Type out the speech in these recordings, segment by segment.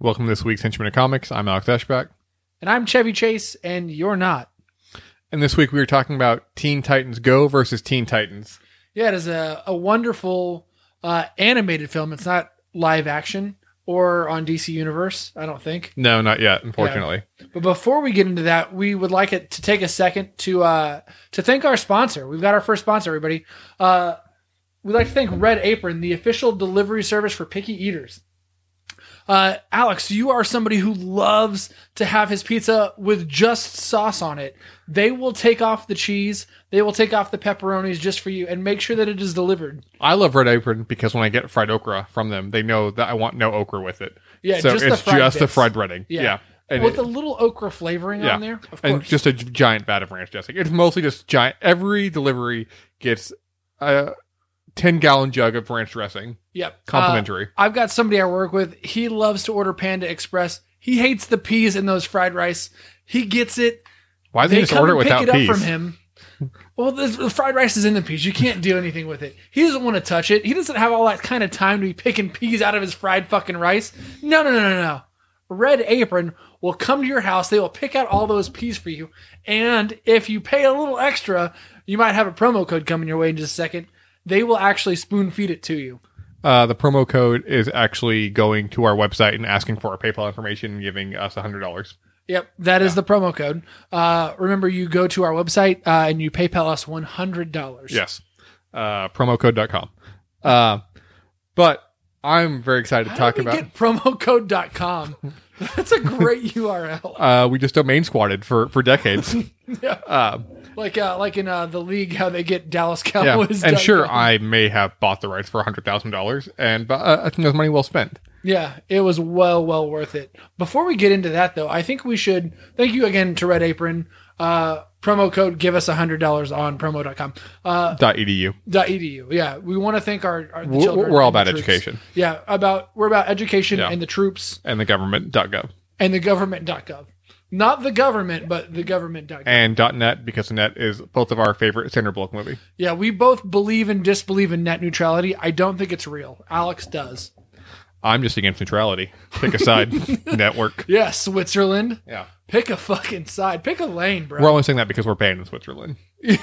Welcome to this week's Henchman of Comics. I'm Alex Ashback. And I'm Chevy Chase, and you're not. And this week we were talking about Teen Titans Go versus Teen Titans. Yeah, it is a, a wonderful uh, animated film. It's not live action or on DC Universe, I don't think. No, not yet, unfortunately. But before we get into that, we would like it to take a second to uh, to thank our sponsor. We've got our first sponsor, everybody. Uh, we'd like to thank Red Apron, the official delivery service for picky eaters. Uh, Alex, you are somebody who loves to have his pizza with just sauce on it. They will take off the cheese, they will take off the pepperonis just for you, and make sure that it is delivered. I love Red Apron because when I get fried okra from them, they know that I want no okra with it. Yeah, so just the it's fried just the bits. fried breading. Yeah, Yeah. And, with it- a little okra flavoring yeah. on there, of and course. just a gi- giant vat of ranch dressing. It's mostly just giant. Every delivery gets a ten gallon jug of ranch dressing, yep. Uh, complimentary. I've got somebody I work with. He loves to order Panda Express. He hates the peas in those fried rice. He gets it. Why did they just order it without pick it up from peas? him. Well, the, the fried rice is in the peas. You can't do anything with it. He doesn't want to touch it. He doesn't have all that kind of time to be picking peas out of his fried fucking rice. No, no, no, no, no. Red Apron will come to your house. They will pick out all those peas for you. And if you pay a little extra, you might have a promo code coming your way in just a second. They will actually spoon feed it to you. Uh, the promo code is actually going to our website and asking for our PayPal information and giving us hundred dollars. Yep, that is the promo code. Uh, remember, you go to our website uh, and you PayPal us one hundred dollars. Yes. Uh, promocode.com. Uh, but I'm very excited to How talk did we about. get promocode.com. That's a great URL. uh, we just domain squatted for for decades. Yeah. uh, Like uh, like in uh, the league, how they get Dallas yeah. Cowboys. And dot sure, com. I may have bought the rights for hundred thousand dollars, and but uh, I think that's money well spent. yeah, it was well well worth it. Before we get into that though, I think we should thank you again to Red Apron. Uh, promo code give us hundred dollars on promo.com. Uh, Dot edu. dot edu. Yeah, we want to thank our, our the We're- children. we're all and the about troops. education. Yeah, about we're about education Yeah. and the troops and the government. Dot gov and the government.gov. Not the government, but the government.gov. and dot net because the net is both of our favorite Sandra Bullock movie. Yeah, we both believe and disbelieve in net neutrality. I don't think it's real. Alex does. I'm just against neutrality. Pick a side. Network. Yeah, Switzerland. Yeah. Pick a fucking side. Pick a lane, bro. We're only saying that because we're banned in Switzerland.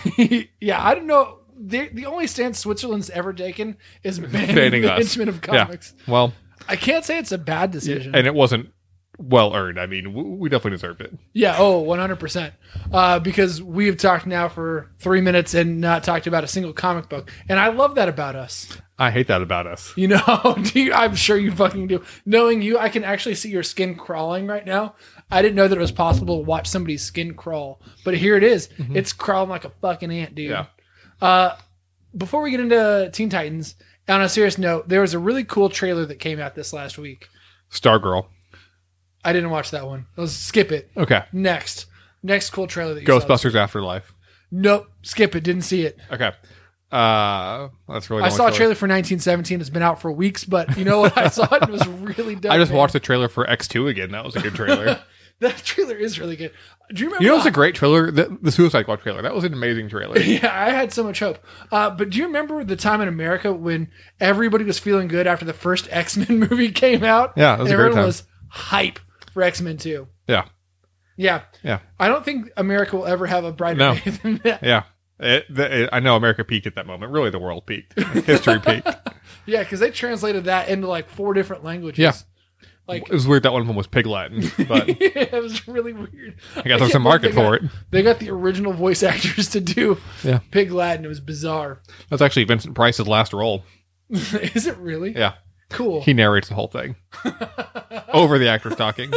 yeah, I don't know. The, the only stance Switzerland's ever taken is banning, Banning the us. Henchmen of Yeah. Comics. Well, I can't say it's a bad decision. and it wasn't well earned. I mean, w- we definitely deserved it. Yeah, oh, 100%. Uh, because we have talked now for three minutes and not talked about a single comic book. And I love that about us. I hate that about us. You know, do you, I'm sure you fucking do. Knowing you, I can actually see your skin crawling right now. I didn't know that it was possible to watch somebody's skin crawl, but here it is. It's crawling like a fucking ant, dude. Mm-hmm. Yeah. Uh, before we get into Teen Titans, on a serious note, there was a really cool trailer that came out this last week. Stargirl. I didn't watch that one. Let's skip it. Okay. Next, next cool trailer that you saw. Ghostbusters Afterlife. Nope, skip it. Didn't see it. Okay. Uh, that's really. I the only saw a trailer for 1917. It's been out for weeks, but you know what? I saw it. and It was really dope. I just man. watched the trailer for X Two again. That was a good trailer. That trailer is really good. Do you remember? you know, it's the- a great trailer. The, the Suicide Squad trailer. That was an amazing trailer. yeah, I had so much hope. Uh, but do you remember the time in America when everybody was feeling good after the first X Men movie came out? Yeah, it was a And great everyone time. was hype for X Men Two. Yeah. Yeah, Yeah. I don't think America will ever have a brighter No. day than that. Yeah. It, the, it, I know America peaked at that moment. Really, the world peaked. History peaked. Yeah, because they translated that into like four different languages. Yeah. Like- it was weird that one of them was Pig Latin, but I it was really weird. guess there's a can't believe market they for got- it. They got the original voice actors to do Yeah. Pig Latin. It was bizarre. That's actually Vincent Price's last role. Is it really? Yeah. Cool. He narrates the whole thing over the actors talking.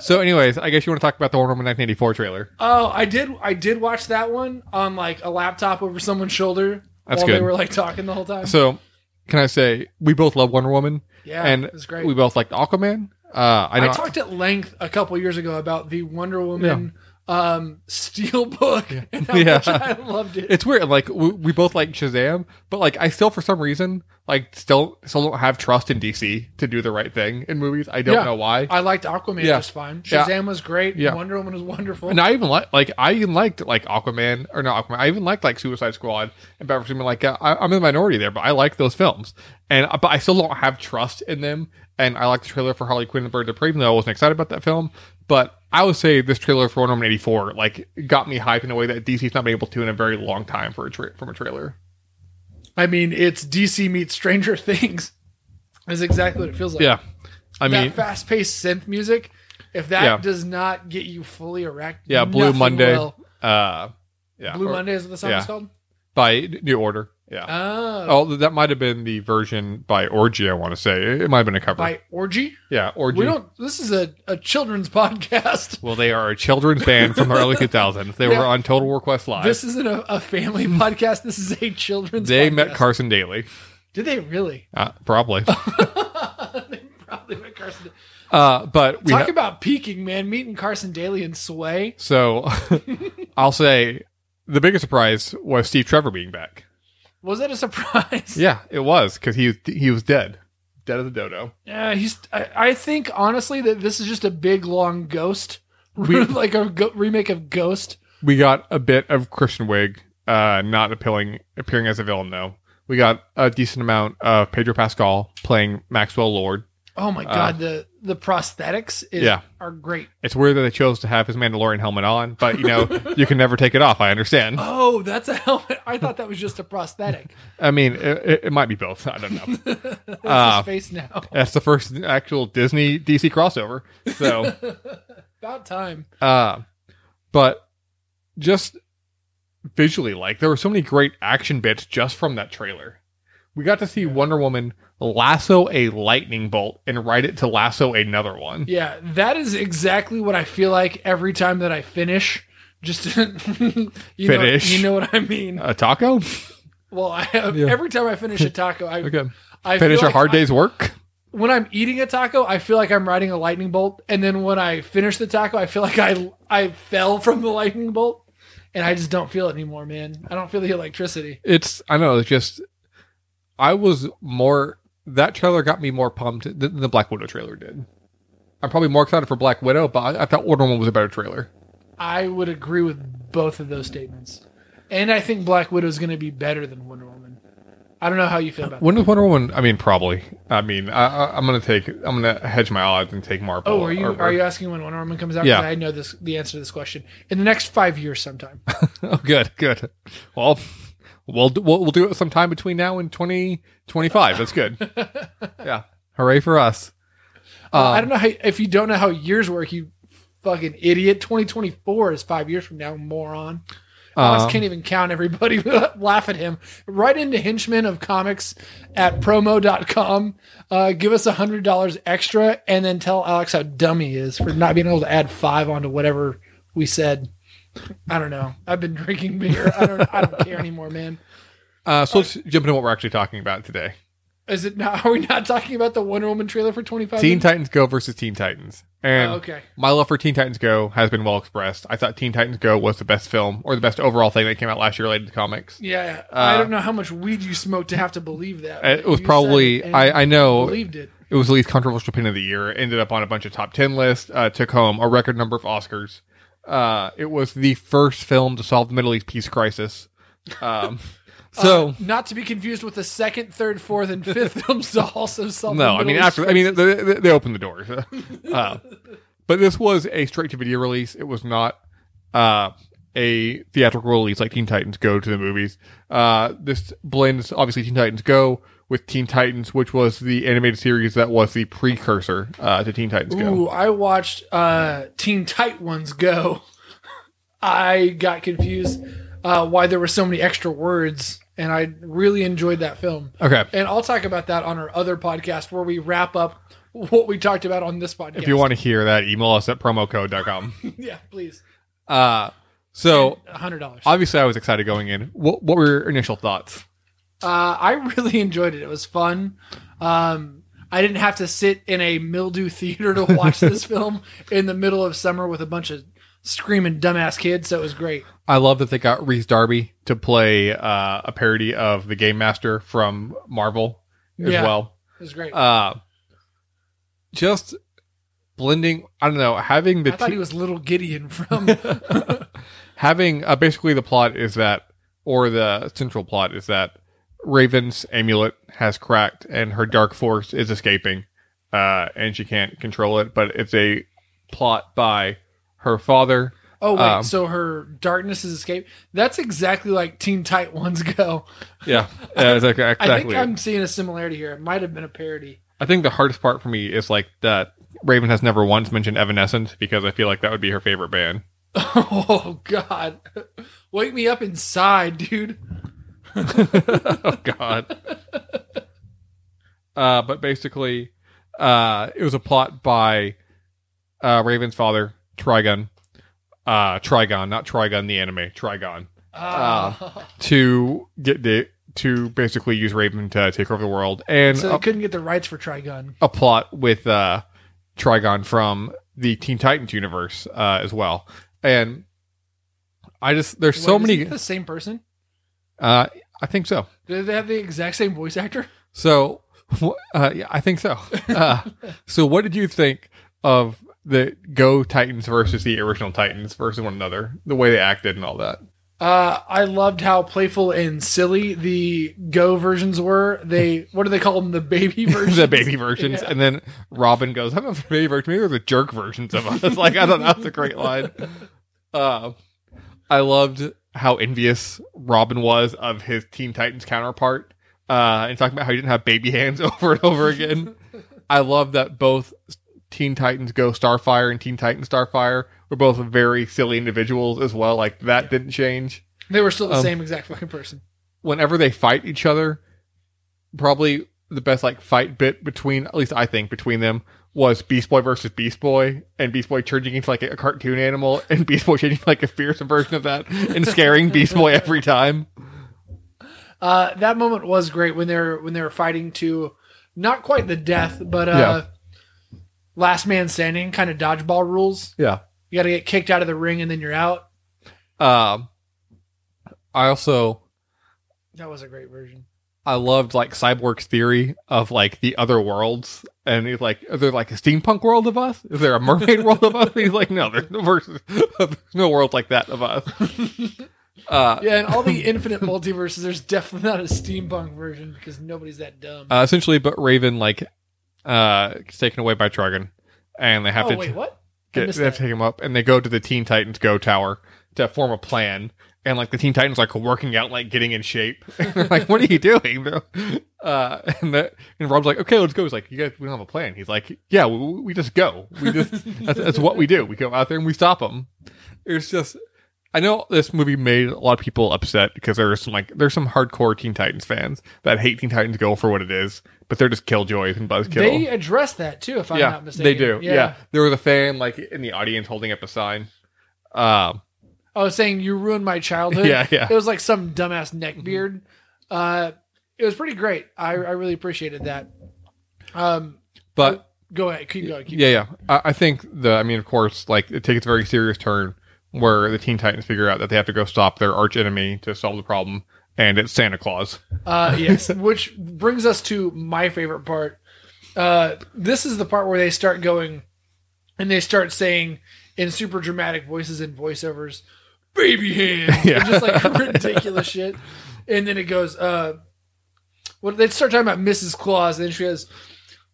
So, anyways, I guess you want to talk about the Wonder Woman 1984 trailer. Oh, I did. I did watch that one on like a laptop over someone's shoulder That's while they good. were like talking the whole time. So, can I say we both love Wonder Woman? yeah, and it was great. we both liked Aquaman. Uh, I I know. talked at length a couple years ago about the Wonder Woman um, Steel Book, Yeah. and how much Yeah. I loved it. It's weird. Like we, we both like Shazam, but like I still, for some reason, like still still don't have trust in DC to do the right thing in movies. I don't Yeah. know why. I liked Aquaman Yeah. just fine. Yeah. Shazam was great. Yeah. Wonder Woman was wonderful. and I even like like I even liked like Aquaman or not Aquaman. I even liked like Suicide Squad and Batman. Superman. Like uh, I, I'm in the minority there, but I like those films, and uh, but I still don't have trust in them. And I like the trailer for Harley Quinn and Birds of Prey, even though I wasn't excited about that film. But I would say this trailer for Wonder Woman '84 like got me hyped in a way that DC's not been able to in a very long time for a tra- from a trailer. I mean, it's DC meets Stranger Things. Is exactly what it feels like. Yeah, I mean, that fast-paced synth music. If that Yeah. does not get you fully erect, Yeah, Blue nothing Monday. will. uh, yeah, Blue or- Monday is what the song yeah. is called. by New Order. Yeah. Oh, Oh, that might have been the version by Orgy. I want to say it might have been a cover. by Orgy. yeah, Orgy. We don't. This is a, a children's podcast. Well, they are a children's band from the early 2000s. They Yeah. were on Total War Quest Live. This isn't a, a family podcast. This is a children's. they podcast. met Carson Daly, Did they really? uh, probably. they probably met Carson. Uh, but we Talk ha- about peaking, man. Meeting Carson Daly and Sway. so I'll say the biggest surprise was Steve Trevor being back. Was that a surprise? Yeah, it was because he he was dead, dead as a dodo. Yeah, he's. I, I think honestly that this is just a big long ghost, We- like a go- remake of Ghost. We got a bit of Christian Wig, uh, not appealing appearing as a villain though. We got a decent amount of Pedro Pascal playing Maxwell Lord. Oh my Uh, god, the the prosthetics is, yeah. are great. It's weird that they chose to have his Mandalorian helmet on, but you know you can never take it off. I understand. Oh, that's a helmet. I thought that was just a prosthetic. I mean, it, it- it might be both. I don't know. That's Uh, his face now. That's the first actual Disney DC crossover. So, About time. uh, but just visually, like there were so many great action bits just from that trailer. We got to see Wonder Woman lasso a lightning bolt and ride it to lasso another one. Yeah, that is exactly what I feel like every time that I finish. Just you Finish. Know, you know what I mean. A taco? Well, I have, Yeah. every time I finish a taco, I, Okay. I Finish feel a like hard I- day's work. when I'm eating a taco, I feel like I'm riding a lightning bolt, and then when I finish the taco, I feel like I I fell from the lightning bolt, and I just don't feel it anymore, man. I don't feel the electricity. It's I don't know. It's just I was more that trailer got me more pumped than the Black Widow trailer did. I'm probably more excited for Black Widow, but I, I thought Wonder Woman was a better trailer. I would agree with both of those statements, and I think Black Widow is going to be better than Wonder Woman. I don't know how you feel about that. When does Wonder Woman? I mean, probably. I mean, I, I, I'm gonna take. I'm gonna hedge my odds and take Marvel. Oh, are you over- are you asking when Wonder Woman comes out? 'Cause Yeah. I know this the answer to this question in the next five years sometime. oh, good, good. Well, we'll do- we'll, we'll do it sometime between now and 2025. That's good. yeah, hooray for us. I don't know how, if you don't know how years work, you fucking idiot. 2024 is five years from now, moron. Alex Um, can't even count everybody. Laugh at him. Right into henchman of comics at promo.com. Uh, give us a $100 extra and then tell Alex how dumb he is for not being able to add five onto whatever we said. I don't know. I've been drinking beer. I don't, I don't care anymore, man. Uh, so let's jump into what we're actually talking about today. Is it not? Are we not talking about the Wonder Woman trailer for 25 Teen minutes? Titans Go versus Teen Titans. And Oh, okay. my love for Teen Titans Go has been well expressed. I thought Teen Titans Go was the best film or the best overall thing that came out last year related to comics. Yeah, Uh, I don't know how much weed you smoked to have to believe that. It was You probably said it and I, I know believed it. it was the least controversial opinion of the year. It ended up on a bunch of top ten lists. Uh, took home a record number of Oscars. Uh, it was the first film to solve the Middle East peace crisis. Um, so Uh, not to be confused with the second, third, fourth, and fifth films to also solve. No, the I mean Middle East after. I mean they, they- they opened the doors, Uh, but this was a straight to video release. It was not uh, a theatrical release like Teen Titans Go to the movies. Uh, this blends obviously Teen Titans Go with Teen Titans, which was the animated series that was the precursor uh, to Teen Titans Go. Ooh, I watched uh, Teen Tight Ones go. I got confused uh, why there were so many extra words, and I really enjoyed that film. Okay, And I'll talk about that on our other podcast where we wrap up what we talked about on this podcast. if you want to hear that, email us at promocode.com. yeah, please, Uh, so hundred dollars. obviously, I was excited going in. What, what were your initial thoughts? Uh, I really enjoyed it. It was fun. Um, I didn't have to sit in a mildew theater to watch this film in the middle of summer with a bunch of screaming dumbass kids, so it was great. I love that they got Reese Darby to play uh, a parody of the Game Master from Marvel as Yeah. well. It was great. Uh, just blending. I don't know. Having the I thought t- he was Little Gideon from. having uh, basically the plot is that, or the central plot is that Raven's amulet has cracked and her dark force is escaping, uh, and she can't control it. But it's a plot by her father. oh wait, Um, so her darkness is escape. That's exactly like Teen Tight Ones Go. Yeah, uh, it's like- exactly. I think I'm seeing a similarity here. It might have been a parody. I think the hardest part for me is like that Raven has never once mentioned Evanescence because I feel like that would be her favorite band. Oh God, wake me up inside, dude. oh God. uh, but basically, uh, it was a plot by uh, Raven's father, Trigon, uh, Trigon, not Trigon the anime, Trigon, Uh, Ah. to get the to basically use Raven to take over the world, and so a- they couldn't get the rights for Trigun. a plot with uh, Trigon from the Teen Titans universe uh, as well. And I just there's so Wait, is many. he the same person. Uh, I think so. Do they have the exact same voice actor? So wh- uh, yeah, I think so. Uh, so what did you think of the Go Titans versus the original Titans versus one another? The way they acted and all that. Uh, I loved how playful and silly the Go versions were. They what do they call them? The baby versions. the baby versions, Yeah. and then Robin goes, "I'm not the baby version. Maybe they're the jerk versions of us." like I don't know. That's a great line. Uh, I loved how envious Robin was of his Teen Titans counterpart, uh, and talking about how he didn't have baby hands over and over again. I love that both Teen Titans Go Starfire and Teen Titans Starfire were both very silly individuals as well. Like that didn't change They were still the Um, same exact fucking person. whenever they fight each other, probably the best like fight bit between at least I think between them was Beast Boy versus Beast Boy, and Beast Boy changing into like a cartoon animal, and Beast Boy changing into, like a fearsome version of that, and scaring Beast Boy every time. Uh, that moment was great when they were when they were fighting to not quite the death, but uh, last man standing kind of dodgeball rules. Yeah. You got to get kicked out of the ring and then you're out. Um, I also That was a great version. I loved like Cyborg's theory of like the other worlds, and he's like, "Is there like a steampunk world of us? Is there a mermaid world of us?" And he's like, "No, there's no versus, there's no world like that of us." Uh, Yeah, and all the infinite multiverses, there's definitely not a steampunk version because nobody's that dumb. uh, essentially, but Raven like uh is taken away by Trigon, and they have oh to wait, what? I get missed they have to that. take him up, and they go to the Teen Titans Go Tower to form a plan. And like the Teen Titans, like working out, like getting in shape. And they're like, "What are you doing?" bro?" Uh, and the, and Rob's like, "Okay, let's go." He's like, "You guys, we don't have a plan." He's like, "Yeah, we, we just go. We just that's, that's what we do. We go out there and we stop them." It's just, I know this movie made a lot of people upset because there's some like there's some hardcore Teen Titans fans that hate Teen Titans Go for what it is, but they're just killjoys and buzzkill They addressed that too, if I'm yeah, not mistaken. they do. Yeah. there was a fan like in the audience holding up a sign. Um, I was saying you ruined my childhood. yeah, Mm-hmm. yeah, It was like some dumbass neckbeard. Uh, it was pretty great. I, I really appreciated that. Um, but go ahead, keep going. Keep yeah, yeah. I, I think the, I mean, of course, like it takes a very serious turn where the Teen Titans figure out that they have to go stop their arch enemy to solve the problem, and it's Santa Claus. Uh, yes, which brings us to my favorite part. Uh, this is the part where they start going and they start saying in super dramatic voices and voiceovers, baby hand, Yeah. and just like ridiculous shit. And then it goes, uh, well, they start talking about Mrs. Claus, and then she goes,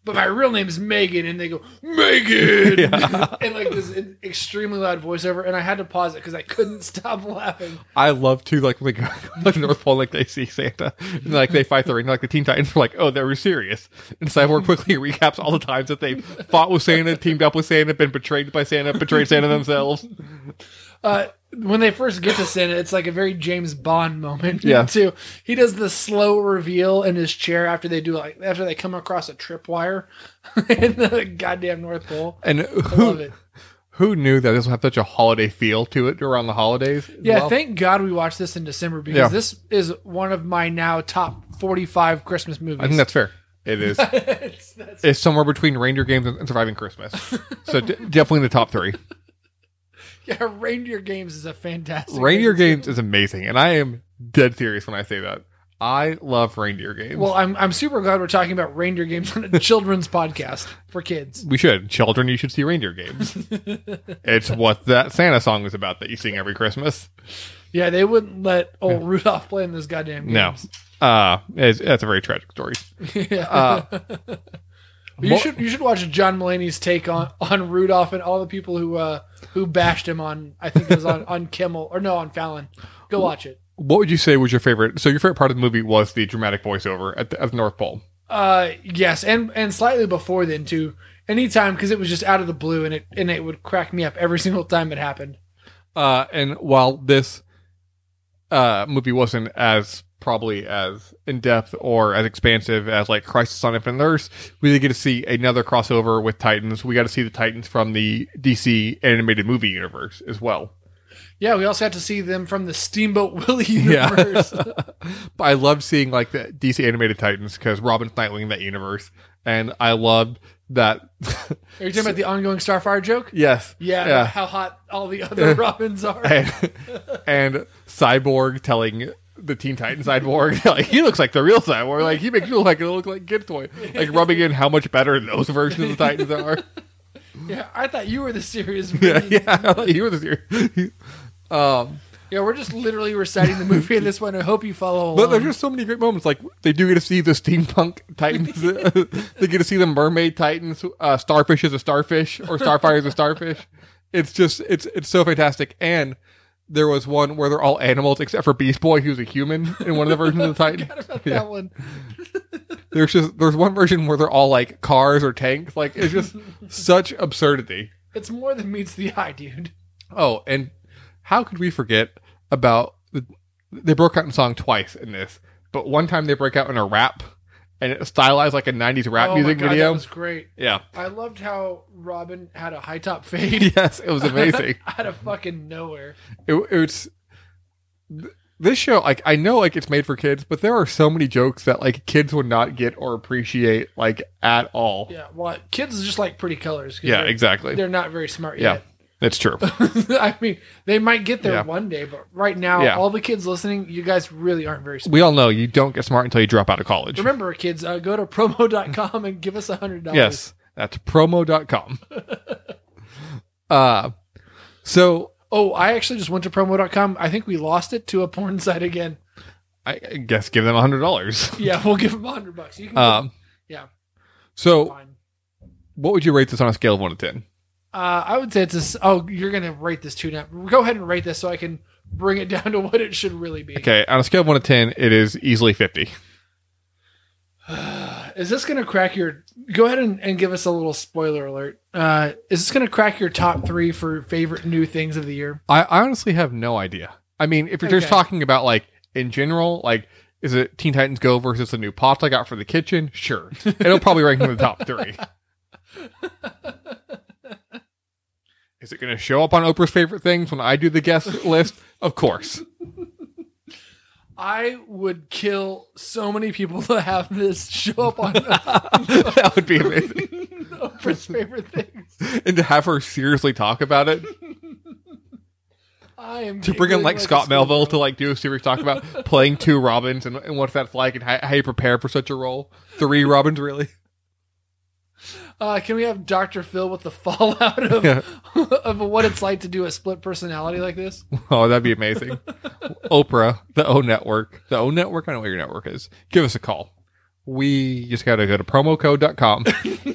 but my real name's Megan, and they go, Megan, Yeah. and like this extremely loud voiceover. And I had to pause it because I couldn't stop laughing. I love to like when they go to the North Pole, like they see Santa, and like they fight the ring. Like the Teen Titans were like, "Oh, they were serious." And Cyborg quickly recaps all the times that they fought with Santa, teamed up with Santa, been betrayed by Santa, betrayed Santa themselves. uh, when they first get to Santa, it's like a very James Bond moment. Yeah. Too. He does the slow reveal in his chair after they do like after they come across a tripwire in the goddamn North Pole. And I who love it. Who knew that this would have such a holiday feel to it around the holidays? as Yeah, well? thank God we watched this in December because Yeah. this is one of my now top forty-five Christmas movies. I think that's fair. It is. It's- that's- it's somewhere between Ranger Games and, and Surviving Christmas. So d- definitely in the top three. Yeah, Reindeer Games is a fantastic. Reindeer game. Games is amazing, and I am dead serious when I say that. I love Reindeer Games. Well, I'm I'm super glad we're talking about Reindeer Games on a children's podcast for kids. we should. Children, you should see Reindeer Games. it's what that Santa song is about that you sing every Christmas. Yeah, they wouldn't let old Rudolph play in those goddamn No. games. Uh, it's, that's a very tragic story. yeah. Uh, you Mo- should you should watch John Mulaney's take on, on Rudolph and all the people who uh, who bashed him on I think it was on, on Kimmel or no on Fallon. Go watch it. What would you say was your favorite? So your favorite part of the movie was the dramatic voiceover at the, at the North Pole. Uh, yes, and and slightly before then too. Anytime because it was just out of the blue and it and it would crack me up every single time it happened. Uh, and while this uh, movie wasn't as probably as in depth or as expansive as like Crisis on Infinite Earths, we did get to see another crossover with Titans. We got to see the Titans from the DC animated movie universe as well. Yeah, we also had to see them from the Steamboat Willie Yeah. universe. But I loved seeing like the DC animated Titans because Robin's Nightwing in that universe, and I loved that. Are you talking about the ongoing Starfire joke? yes, Yeah, Yeah. how hot all the other Robins are. and, and Cyborg telling the Teen Titan Cyborg, like he looks like the real Cyborg, like he makes you look like it look like a kid toy, like rubbing in how much better those versions of the Titans are. Yeah, I thought you were the serious. yeah, meanie. yeah, like, he was here. Um, Yeah, we're just literally reciting the movie in this one. I hope you follow but along. there's just so many great moments. Like they do get to see the steampunk titans. they get to see the mermaid titans. Uh, starfish is a starfish, or starfire is a starfish. It's just it's it's so fantastic. And there was one where they're all animals except for Beast Boy, who's a human in one of the versions of the Titan. Yeah. that one. There's just there's one version where they're all like cars or tanks. Like it's just such absurdity. It's more than meets the eye, dude. Oh, and how could we forget about the, they broke out in song twice in this, but one time they break out in a rap and it stylized like a '90s rap oh music my God, video. That was great. yeah, I loved how Robin had a high top fade yes, it was amazing. out of fucking nowhere. it, it's th- this show like i know like it's made for kids but there are so many jokes that like kids would not get or appreciate like at all Yeah, well, kids just like pretty colors. 'cause yeah they're, exactly they're not very smart Yeah. yet. that's true I mean, they might get there Yeah. one day, but right now, Yeah. all the kids listening, you guys really aren't very smart. we all know you don't get smart until you drop out of college Remember, kids, uh, go to promo.com and give us a hundred dollars. yes that's promo.com uh so Oh, I actually just went to promo.com. I think we lost it to a porn site again. i I guess give them a hundred dollars Yeah, we'll give them a hundred bucks. You can. um Yeah. so fine. what would you rate this on a scale of one to ten Uh, I would say it's a. s- Oh, you're gonna rate this too now. Go ahead and rate this so I can bring it down to what it should really be. okay on a scale of one to ten it is easily 50 Is this gonna crack your? Go ahead and, and give us a little spoiler alert. Uh, is this gonna crack your top three for favorite new things of the year? I I honestly have no idea. I mean, if you're just Okay. talking about like in general, like is it Teen Titans Go versus the new pots I got for the kitchen? Sure, it'll probably rank in the top three. Is it going to show up on Oprah's favorite things when I do the guest list? Of course. I would kill so many people to have this show up on that would be amazing. Oprah's favorite things. And to have her seriously talk about it, I am to bring in giggling like a Scott schoolgirl. Melville to like do a series talk about playing two Robins and, and what that's like and how, how you prepare for such a role. Three Robins, really. Uh, can we have Dr. Phil with the fallout of, Yeah. of what it's like to do a split personality like this? Oh, that'd be amazing. Oprah, the O Network, the O Network. I know what your network is. Give us a call. We just got to go to promocode.com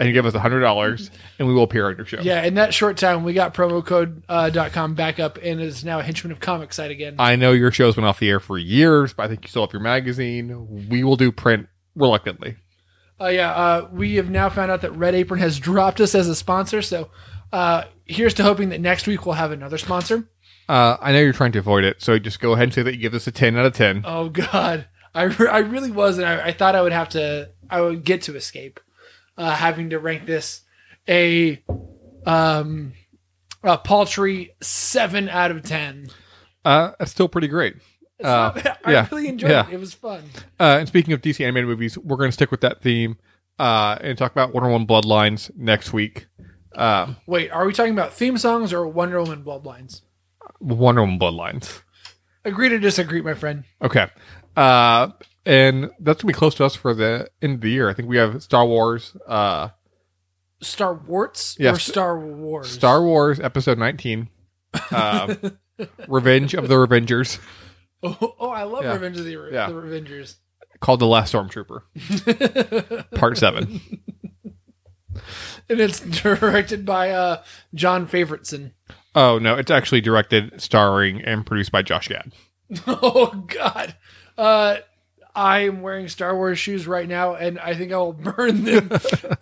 and give us $100 and we will appear on your show. Yeah, in that short time, we got promo code uh, dot .com back up and is now a henchman of comic site again. I know your show's been off the air for years, but I think you still have your magazine. We will do print reluctantly. Uh, yeah, uh, we have now found out that Red Apron has dropped us as a sponsor. So uh, here's to hoping that next week we'll have another sponsor. Uh, I know you're trying to avoid it, so just go ahead and say that you give this a 10 out of 10. Oh, God. I, re- I really was, and I, I thought I would have to, I would get to escape uh, having to rank this a, um, a paltry 7 out of 10. Uh, that's still pretty great. It's Uh, not- I yeah, really enjoyed yeah. it. It was fun. Uh, and speaking of DC animated movies, we're going to stick with that theme uh, and talk about Wonder Woman Bloodlines next week. Um, Wait, are we talking about theme songs or Wonder Woman bloodlines? Wonder Woman Bloodlines. Agree to disagree, my friend. Okay. Uh, and that's gonna be close to us for the end of the year. I think we have Star Wars, uh, Star Warts Yes. or Star Wars? Star Wars Episode 19, uh, Revenge of the Revengers, Oh, oh, I love Yeah. Revenge of the, Re- Yeah. the Revengers. called The Last Stormtrooper, Part Seven. and it's directed by uh, John Favoritson. Oh no, it's actually directed, starring, and produced by Josh Gad. Oh God, uh, I am wearing Star Wars shoes right now, and I think I will burn them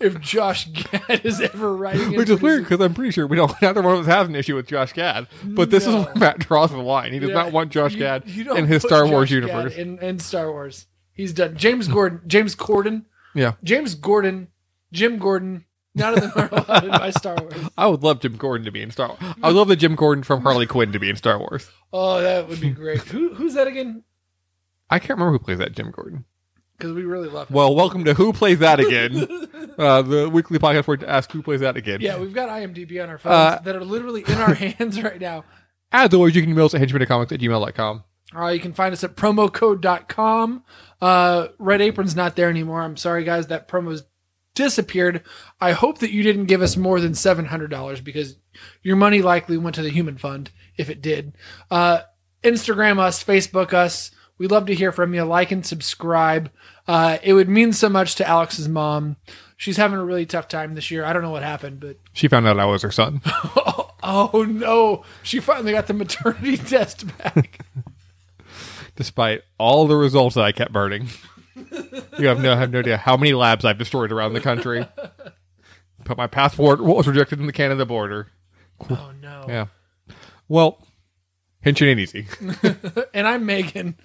if Josh Gad is ever writing. and Which is weird producing- because I'm pretty sure we don't. Neither one of us has an issue with Josh Gad, but this No. is where Matt draws the line. He does Yeah, not want Josh you- Gad you don't in his put Star Wars Josh Gad universe. In, in Star Wars, he's done. James Gordon, James Corden, Yeah. James Gordon, Jim Gordon. None of them are allowed in my Star Wars. I would love Jim Gordon to be in Star. Wars. I would love the Jim Gordon from Harley Quinn to be in Star Wars. Oh, that would be great. Who, who's that again? I can't remember who plays that Jim Gordon. Because we really love. Him. Well, welcome to Who Plays That Again, uh, the weekly podcast where to ask who plays that again. Yeah, we've got IMDb on our phones Uh, that are literally in our hands right now. As always, you can email us at henchmancomics at gmail.com. Uh, you can find us at promocode.com. Uh, Red Apron's not there anymore. I'm sorry, guys. That promo's disappeared. I hope that you didn't give us more than $700 because your money likely went to the Human Fund if it did. Uh, Instagram us, Facebook us. We'd love to hear from you. Like and subscribe. Uh, it would mean so much to Alex's mom. She's having a really tough time this year. I don't know what happened, but She found out I was her son. oh, oh no, she finally got the maternity test back. despite all the results that I kept burning. you have no have no idea how many labs I've destroyed around the country. But my passport was rejected in the Canada border. Oh no. Yeah. Well, hinching ain't easy. and I'm Megan.